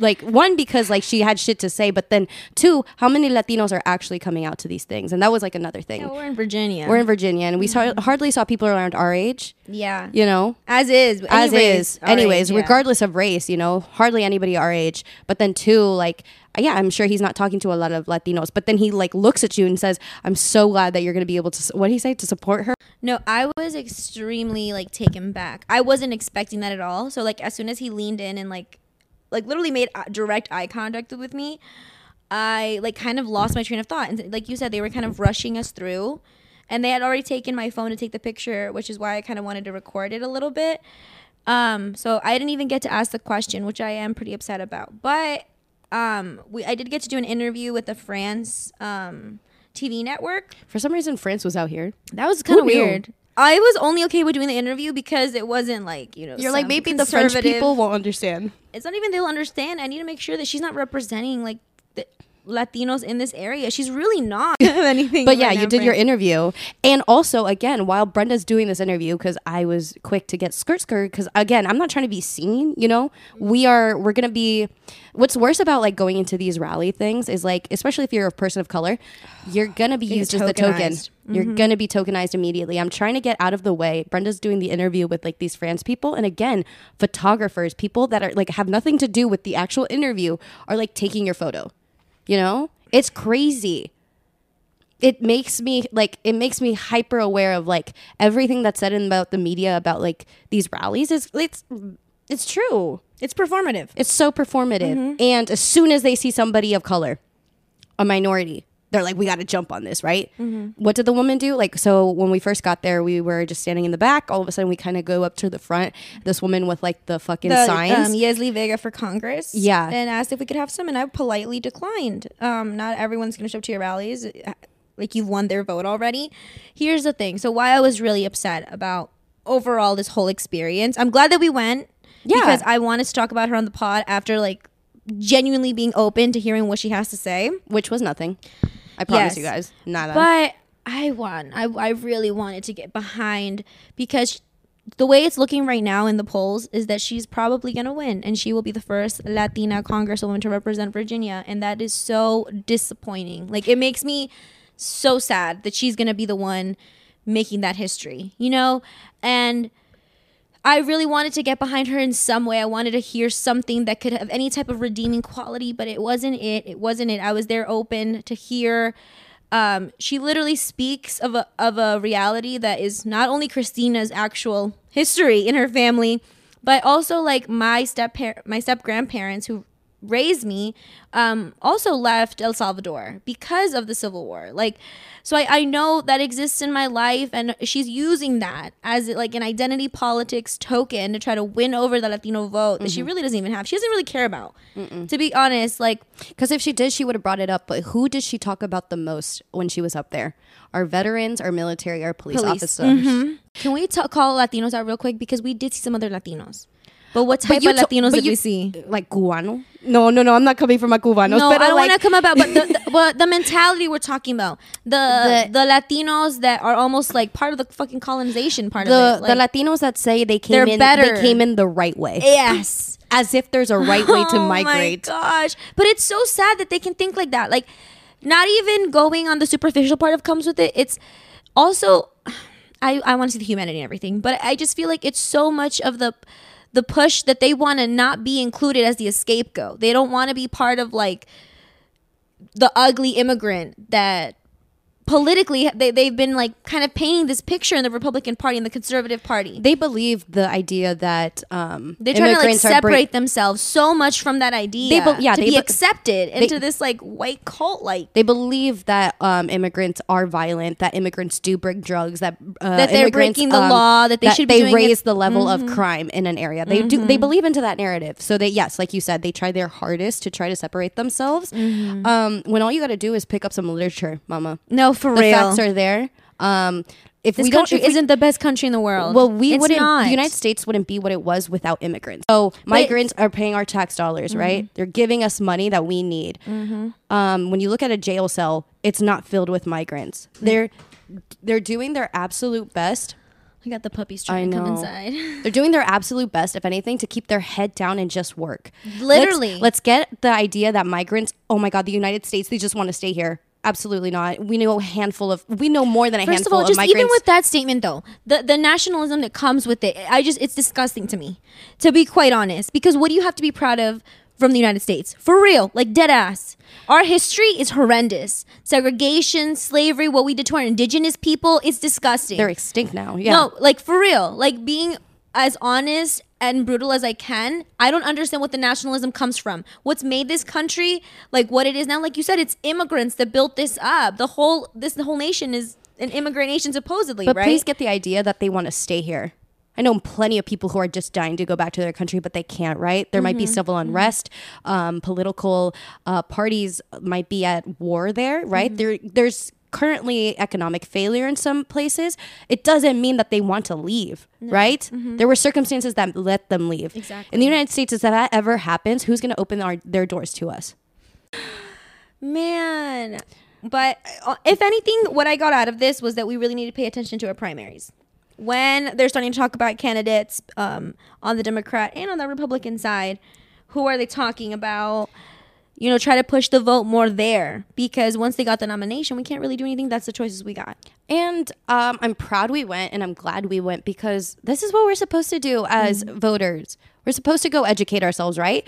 like one because like she had shit to say, but then two, how many Latinos are actually coming out to these things? And that was like another thing. we're in Virginia. We're in Virginia, and we saw, hardly saw people around our age. yeah. You know, As is. but as anyways, is. all right, Anyways, yeah. regardless of race, you know, hardly anybody our age. But then two, like, yeah, I'm sure he's not talking to a lot of Latinos. But then he like looks at you and says, "I'm so glad that you're going to be able to." s- What did he say to support her? No, I was extremely like taken back. I wasn't expecting that at all. So like as soon as he leaned in and like like literally made uh, direct eye contact with me, I like kind of lost my train of thought. And like you said they were kind of rushing us through and they had already taken my phone to take the picture, which is why I kind of wanted to record it a little bit. Um so I didn't even get to ask the question, which I am pretty upset about. But um we I did get to do an interview with the France um TV network. For some reason, France was out here. That was kind of knew? weird. I was only okay with doing the interview because it wasn't like you know. You're like some maybe the French conservative- people won't understand. It's not even they'll understand. I need to make sure that she's not representing like the Latinos in this area. She's really not anything. But yeah, right now, you did your Fran. interview, and also again, while Brenda's doing this interview, because I was quick to get skirt skirt, because again, I'm not trying to be seen. You know, we are. We're gonna be. What's worse about like going into these rally things is like, especially if you're a person of color, you're gonna be used as the token. tokenized. You're gonna be tokenized immediately. I'm trying to get out of the way. Brenda's doing the interview with like these France people, and again, photographers, people that are like have nothing to do with the actual interview, are like taking your photo. You know, it's crazy it makes me like it makes me hyper aware of like everything that's said in about the media about like these rallies is it's it's true It's performative. it's so performative Mm-hmm. and as soon as they see somebody of color a minority they're like we got to jump on this right Mm-hmm. what did the woman do like so when we first got there we were just standing in the back all of a sudden we kind of go up to the front this woman with like the fucking The, signs um, Yesley Vega for Congress. Yeah. and asked if we could have some, and I politely declined. Um, not everyone's gonna show up to your rallies. Like you've won their vote already. Here's the thing. So why I was really upset about overall this whole experience. I'm glad that we went. Yeah. Because I want us to talk about her on the pod after like genuinely being open to hearing what she has to say. which was nothing i Yes. promise you guys nada But I won. I, I really wanted to get behind because the way it's looking right now in the polls is that she's probably going to win and she will be the first Latina congresswoman to represent Virginia. And that is so disappointing. Like, it makes me so sad that she's going to be the one making that history, you know? And. I really wanted to get behind her in some way. I wanted to hear something that could have any type of redeeming quality, but it wasn't it. It wasn't it. I was there open to hear. Um, she literally speaks of a, of a reality that is not only Christina's actual history in her family, but also like my step my step grandparents who raised me um, also left El Salvador because of the Civil War. Like, so I, I know that exists in my life, and she's using that as like an identity politics token to try to win over the Latino vote that she really doesn't even have. She doesn't really care about, to be honest. Like, Because if she did, she would have brought it up. But who did she talk about the most when she was up there? Our veterans, our military, our police, Police. Mm-hmm. officers. can we ta- call Latinos out real quick because we did see some other Latinos. But what type you of to- Latinos but did you- we see? like cubano. No, no, no. I'm not coming for my cubanos. No, but I don't like, want to come about, but the, the, but the mentality we're talking about, the, the Latinos that are almost like part of the fucking colonization part the of it. Like, the Latinos that say they came They're in better. they came in the right way. yes, As if there's a right way to Oh my migrate. gosh, but it's so sad that they can think like that. Like, not even going on the superficial part of comes with it. It's also, I I want to see the humanity and everything, but I just feel like it's so much of the the push that they want to not be included as the scapegoat. They don't want to be part of like the ugly immigrant that politically they, they've been like kind of painting this picture in the republican party and the conservative party They believe the idea that um they're trying to like immigrants are bring- separate themselves so much from that idea They be- yeah, to they be be- accepted into this like white cult like they believe that um, immigrants are violent, that immigrants do bring drugs, that uh, That they're immigrants, breaking the law, that they should be they doing raise it- Mm-hmm. the level of crime in an area. They do they believe into that narrative. So they yes, like you said, they try their hardest to try to separate themselves. Mm-hmm. Um, when all you got to do is pick up some literature, Mama. no for the facts are there. Um, if this we country don't, if we- isn't the best country in the world well, we It's wouldn't. not. The United States wouldn't be what it was without immigrants. So migrants are paying our tax dollars, right? Mm-hmm. They're giving us money that we need. Um, when you look at a jail cell, it's not filled with migrants. Mm. They're they're doing their absolute best. i got the puppies trying to come know. inside They're doing their absolute best, if anything, to keep their head down and just work. Let's- Literally. let's, get the idea that migrants. Oh my God, the United States. They just want to stay here. Absolutely not. We know a handful of. We know more than a First of handful all, just migrants. even with that statement though, the the nationalism that comes with it, I just it's disgusting to me, to be quite honest. Because what do you have to be proud of from the United States? For real, like dead ass. Our history is horrendous. Segregation, slavery, what we did to our indigenous people, it's disgusting. they're extinct now. Yeah. No, like for real. Like being as honest and brutal as I can, I don't understand what the nationalism comes from. What's made this country like what it is now? Like you said, it's immigrants that built this up. The whole this the whole nation is an immigrant nation supposedly, But right? please get the idea that they want to stay here. I know plenty of people who are just dying to go back to their country, but they can't, right? There might be civil unrest. Um, political uh, parties might be at war there, right? There, there's currently economic failure in some places. It doesn't mean that they want to leave, right? There were circumstances that let them leave. Exactly. In the United States, if that ever happens, who's going to open our, their doors to us? Man. But uh, if anything, what I got out of this was that we really need to pay attention to our primaries. When they're starting to talk about candidates um, on the Democrat and on the Republican side, who are they talking about? You know, try to push the vote more there because once they got the nomination, we can't really do anything. That's the choices we got. And um, I'm proud we went and I'm glad we went because this is what we're supposed to do as voters. We're supposed to go educate ourselves, right?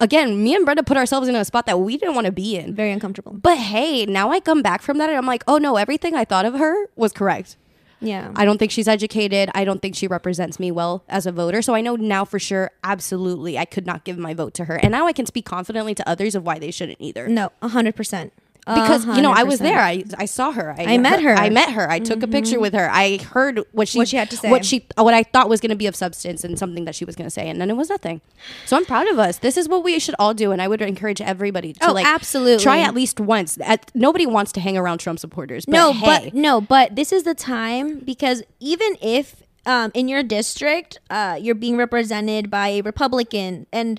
Again, me and Brenda put ourselves in a spot that we didn't want to be in. Very uncomfortable. But hey, now I come back from that and I'm like, oh no, everything I thought of her was correct. Yeah. I don't think she's educated. I don't think she represents me well as a voter. So I know now for sure, absolutely, I could not give my vote to her. And now I can speak confidently to others of why they shouldn't either no, 100%. because you know I was 100%. there. I I saw her. I, Uh-huh, met her. Mm-hmm. I met her. I took a picture with her. I heard what she What she had to say. What she uh, what I thought was going to be of substance and something that she was going to say, and then it was nothing. So I'm proud of us. This is what we should all do, and I would encourage everybody to Oh, like absolutely. try at least once. At, nobody wants to hang around Trump supporters. But no, hey, but no, but this is the time because even if um, in your district uh, you're being represented by a Republican, and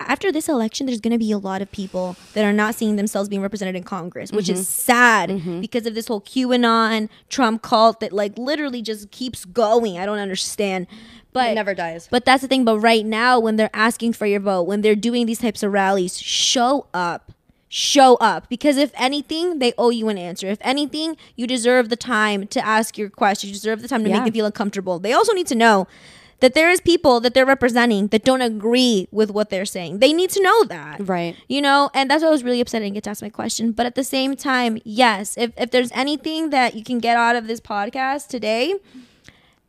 after this election, there's going to be a lot of people that are not seeing themselves being represented in Congress, which Mm-hmm. is sad because of this whole QAnon Trump cult that like literally just keeps going. I don't understand, but It never dies. But that's the thing. But right now, when they're asking for your vote, when they're doing these types of rallies, show up. Show up because if anything, they owe you an answer. If anything, you deserve the time to ask your question. You deserve the time to make Yeah. them feel uncomfortable. They also need to know that there is people that they're representing that don't agree with what they're saying. They need to know that. Right. You know, and that's why I was really upset I didn't get to ask my question. But at the same time, yes, if, if there's anything that you can get out of this podcast today,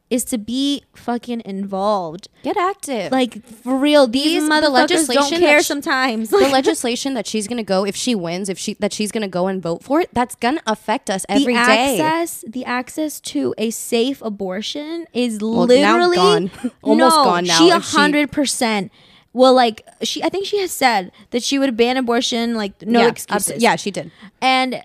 is to be fucking involved. get active. Like for real, these These- the motherfuckers don't legislation care that sh- sometimes. the legislation that she's going to go if she wins, if she that she's going to go and vote for it, that's going to affect us every the day. access, the access to a safe abortion is now literally gone. Almost no, gone now She a if she- hundred percent. Well, like she, I think she has said that she would ban abortion, like no yeah, excuses. abso- yeah, she did. and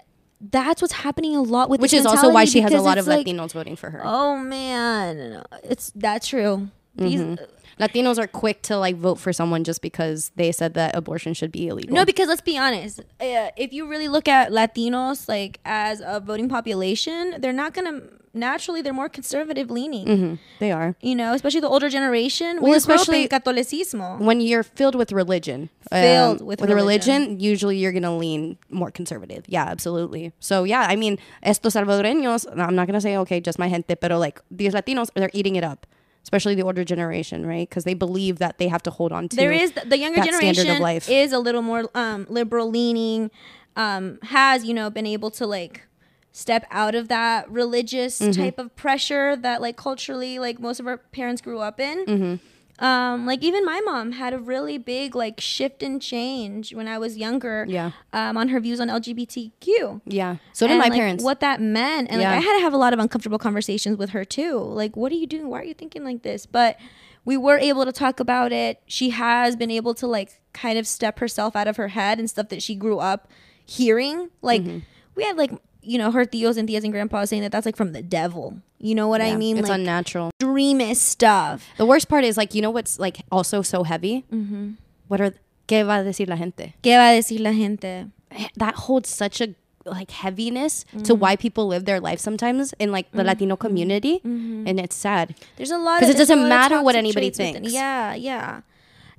that's what's happening a lot with Which this is also why mentality she has a because lot it's of like, Latinos voting for her. Oh man, it's that true. These Mm-hmm. Latinos are quick to like vote for someone just because they said that abortion should be illegal. No, because let's be honest. Uh, if you really look at Latinos like as a voting population, they're not gonna naturally. They're more conservative leaning. they are. You know, especially the older generation. Mm-hmm. Well, we especially especially- in Catolicismo. When you're filled with religion, um, Filled with a religion. usually you're gonna lean more conservative. Yeah, absolutely. So yeah, I mean, estos salvadoreños. I'm not gonna say okay, just my gente, pero like these Latinos, they're eating it up, especially the older generation, right? Because they believe that they have to hold on to. There is the younger that generation standard of life. is a little more um, liberal leaning. Um, has you know been able to like step out of that religious Mm-hmm. type of pressure that like culturally like most of our parents grew up in. Mm-hmm. Um, like even my mom had a really big like shift and change when I was younger. Yeah. Um, on her views on LGBTQ. yeah. So did and, my like, parents. What that meant, and Yeah. like I had to have a lot of uncomfortable conversations with her too. Like, what are you doing? Why are you thinking like this? But we were able to talk about it. She has been able to like kind of step herself out of her head and stuff that she grew up hearing. Like Mm-hmm. we had like you know her tios and tias and grandpas saying that that's like from the devil. You know what I Yeah, mean? it's like unnatural. extremist stuff. The worst part is like you know what's like also so heavy. Mm-hmm. What are qué va a decir la gente? ¿Qué va a decir la gente? That holds such a like heaviness to why people live their life sometimes in like the Latino community, and it's sad. There's a lot 'Cause of- it doesn't there's a lot of matter what toxic anybody traits within- thinks. Yeah, yeah.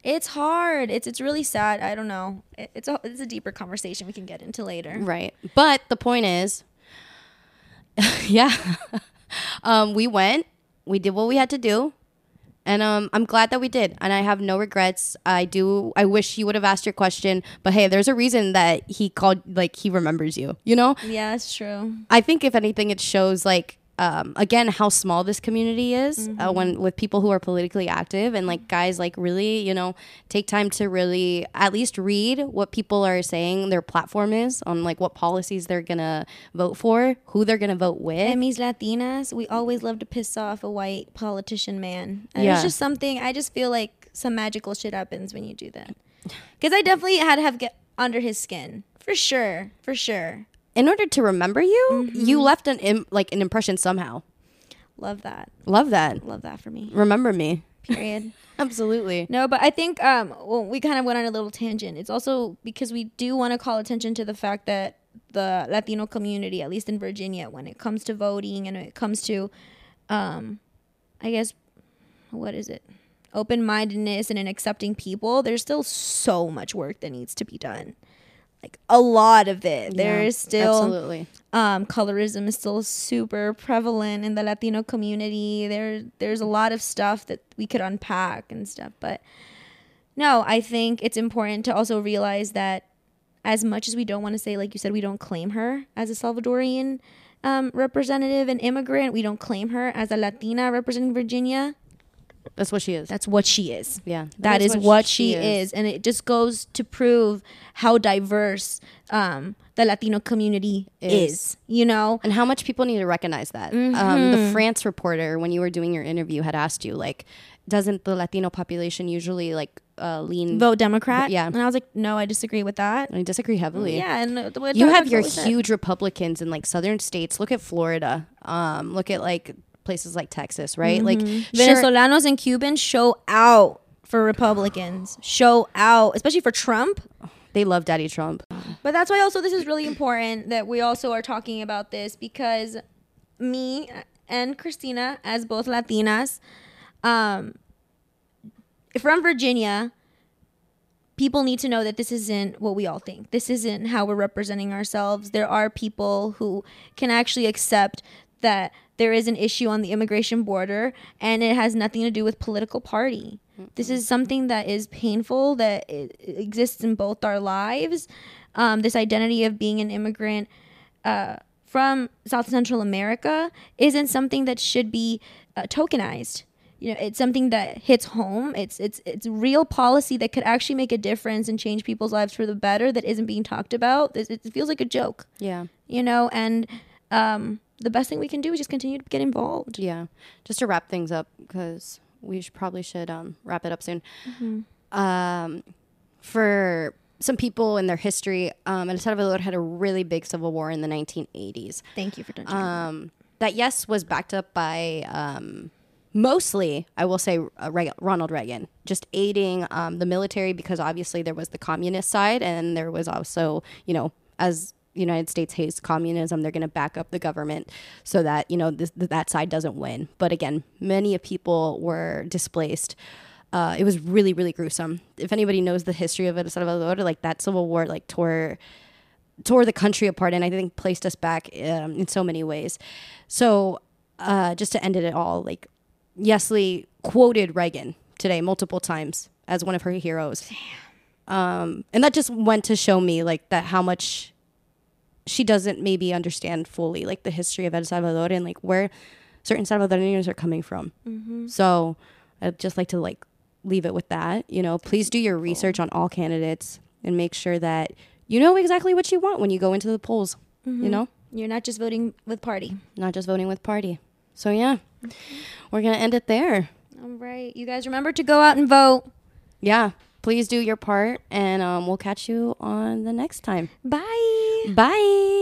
It's hard. It's it's really sad. I don't know. It- It's a it's a deeper conversation we can get into later. Right. But the point is, yeah, um, we went, we did what we had to do. And um, I'm glad that we did, and I have no regrets. I do. I wish you would have asked your question, but hey, there's a reason that he called. Like he remembers you, you know. Yeah, it's true. I think if anything, it shows like um, again how small this community is Mm-hmm. uh, when with people who are politically active and like guys like really you know take time to really at least read what people are saying their platform is on like what policies they're gonna vote for who they're gonna vote with And these Latinas, we always love to piss off a white politician man. And Yeah. It's just something. I just feel like some magical shit happens when you do that. Because I definitely had to have get under his skin for sure, for sure. in order to remember you Mm-hmm. you left an Im- like an impression somehow Love that. love that Love that for me. remember me Period. absolutely No, but I think um, well, we kind of went on a little tangent. It's also because we do want to call attention to the fact that the Latino community, at least in Virginia, when it comes to voting and when it comes to, um, I guess, what is it? Open mindedness and in accepting people, there's still so much work that needs to be done. Like a lot of it. there is still absolutely um, colorism is still super prevalent in the Latino community. There, there's a lot of stuff that we could unpack and stuff. But no, I think it's important to also realize that as much as we don't want to say, like you said, we don't claim her as a Salvadorian um, representative and immigrant, we don't claim her as a Latina representing Virginia. that's what she is That's what she is. yeah That is, what she is. and it just goes to prove how diverse um, the Latino community Is. is. You know, and how much people need to recognize that. Um, Mm-hmm. the France reporter, when you were doing your interview, had asked you like, doesn't the Latino population usually like uh, lean? vote Democrat. Yeah. and I was like, no, I disagree with that. I disagree heavily. Yeah, and the- what You have Democrats your always said. huge Republicans in like southern states. Look at Florida. Um, look at like places like Texas, right? Mm-hmm. Like sure, Venezolanos and Cubans show out for Republicans, show out, especially for Trump. they love Daddy Trump. But that's why also this is really important that we also are talking about this because me and Christina, as both Latinas, um, from Virginia, people need to know that this isn't what we all think. This isn't how we're representing ourselves. There are people who can actually accept that there is an issue on the immigration border and it has nothing to do with political party. This is something that is painful that i exists in both our lives. Um, this identity of being an immigrant uh, from South Central America isn't something that should be uh, tokenized. You know, it's something that hits home. It's it's it's real policy that could actually make a difference and change people's lives for the better that isn't being talked about. This- It, feels like a joke, Yeah, you know. And um, the best thing we can do is just continue to get involved. yeah. Just to wrap things up because we should, probably should um, wrap it up soon. Um, for some people in their history, um, El Salvador had a really big civil war in the 1980s. Thank you for doing um, that yes was backed up by um, mostly, I will say, uh, Reg- Ronald Reagan, just aiding um, the military because obviously there was the communist side and there was also, you know, as United States hates communism, they're going to back up the government so that, you know, this, th- that side doesn't win. But again, many of people were displaced. Uh, it was really, really gruesome. If anybody knows the history of El Salvador, like that civil war, like tore tore the country apart and I think placed us back um, in so many ways. So uh, just to end it all, like Yesley quoted Reagan today multiple times as one of her heroes. Um, and that just went to show me like that how much she doesn't maybe understand fully like the history of El Salvador and like where certain Salvadorians are coming from. So I'd just like to like leave it with that. You know, please do your research on all candidates and make sure that you know exactly what you want when you go into the polls. You know, You're not just voting with party. not just voting with party. So yeah, we're gonna end it there. All right. You guys remember to go out and vote. Yeah, please do your part, and um, we'll catch you on the next time. Bye. Bye.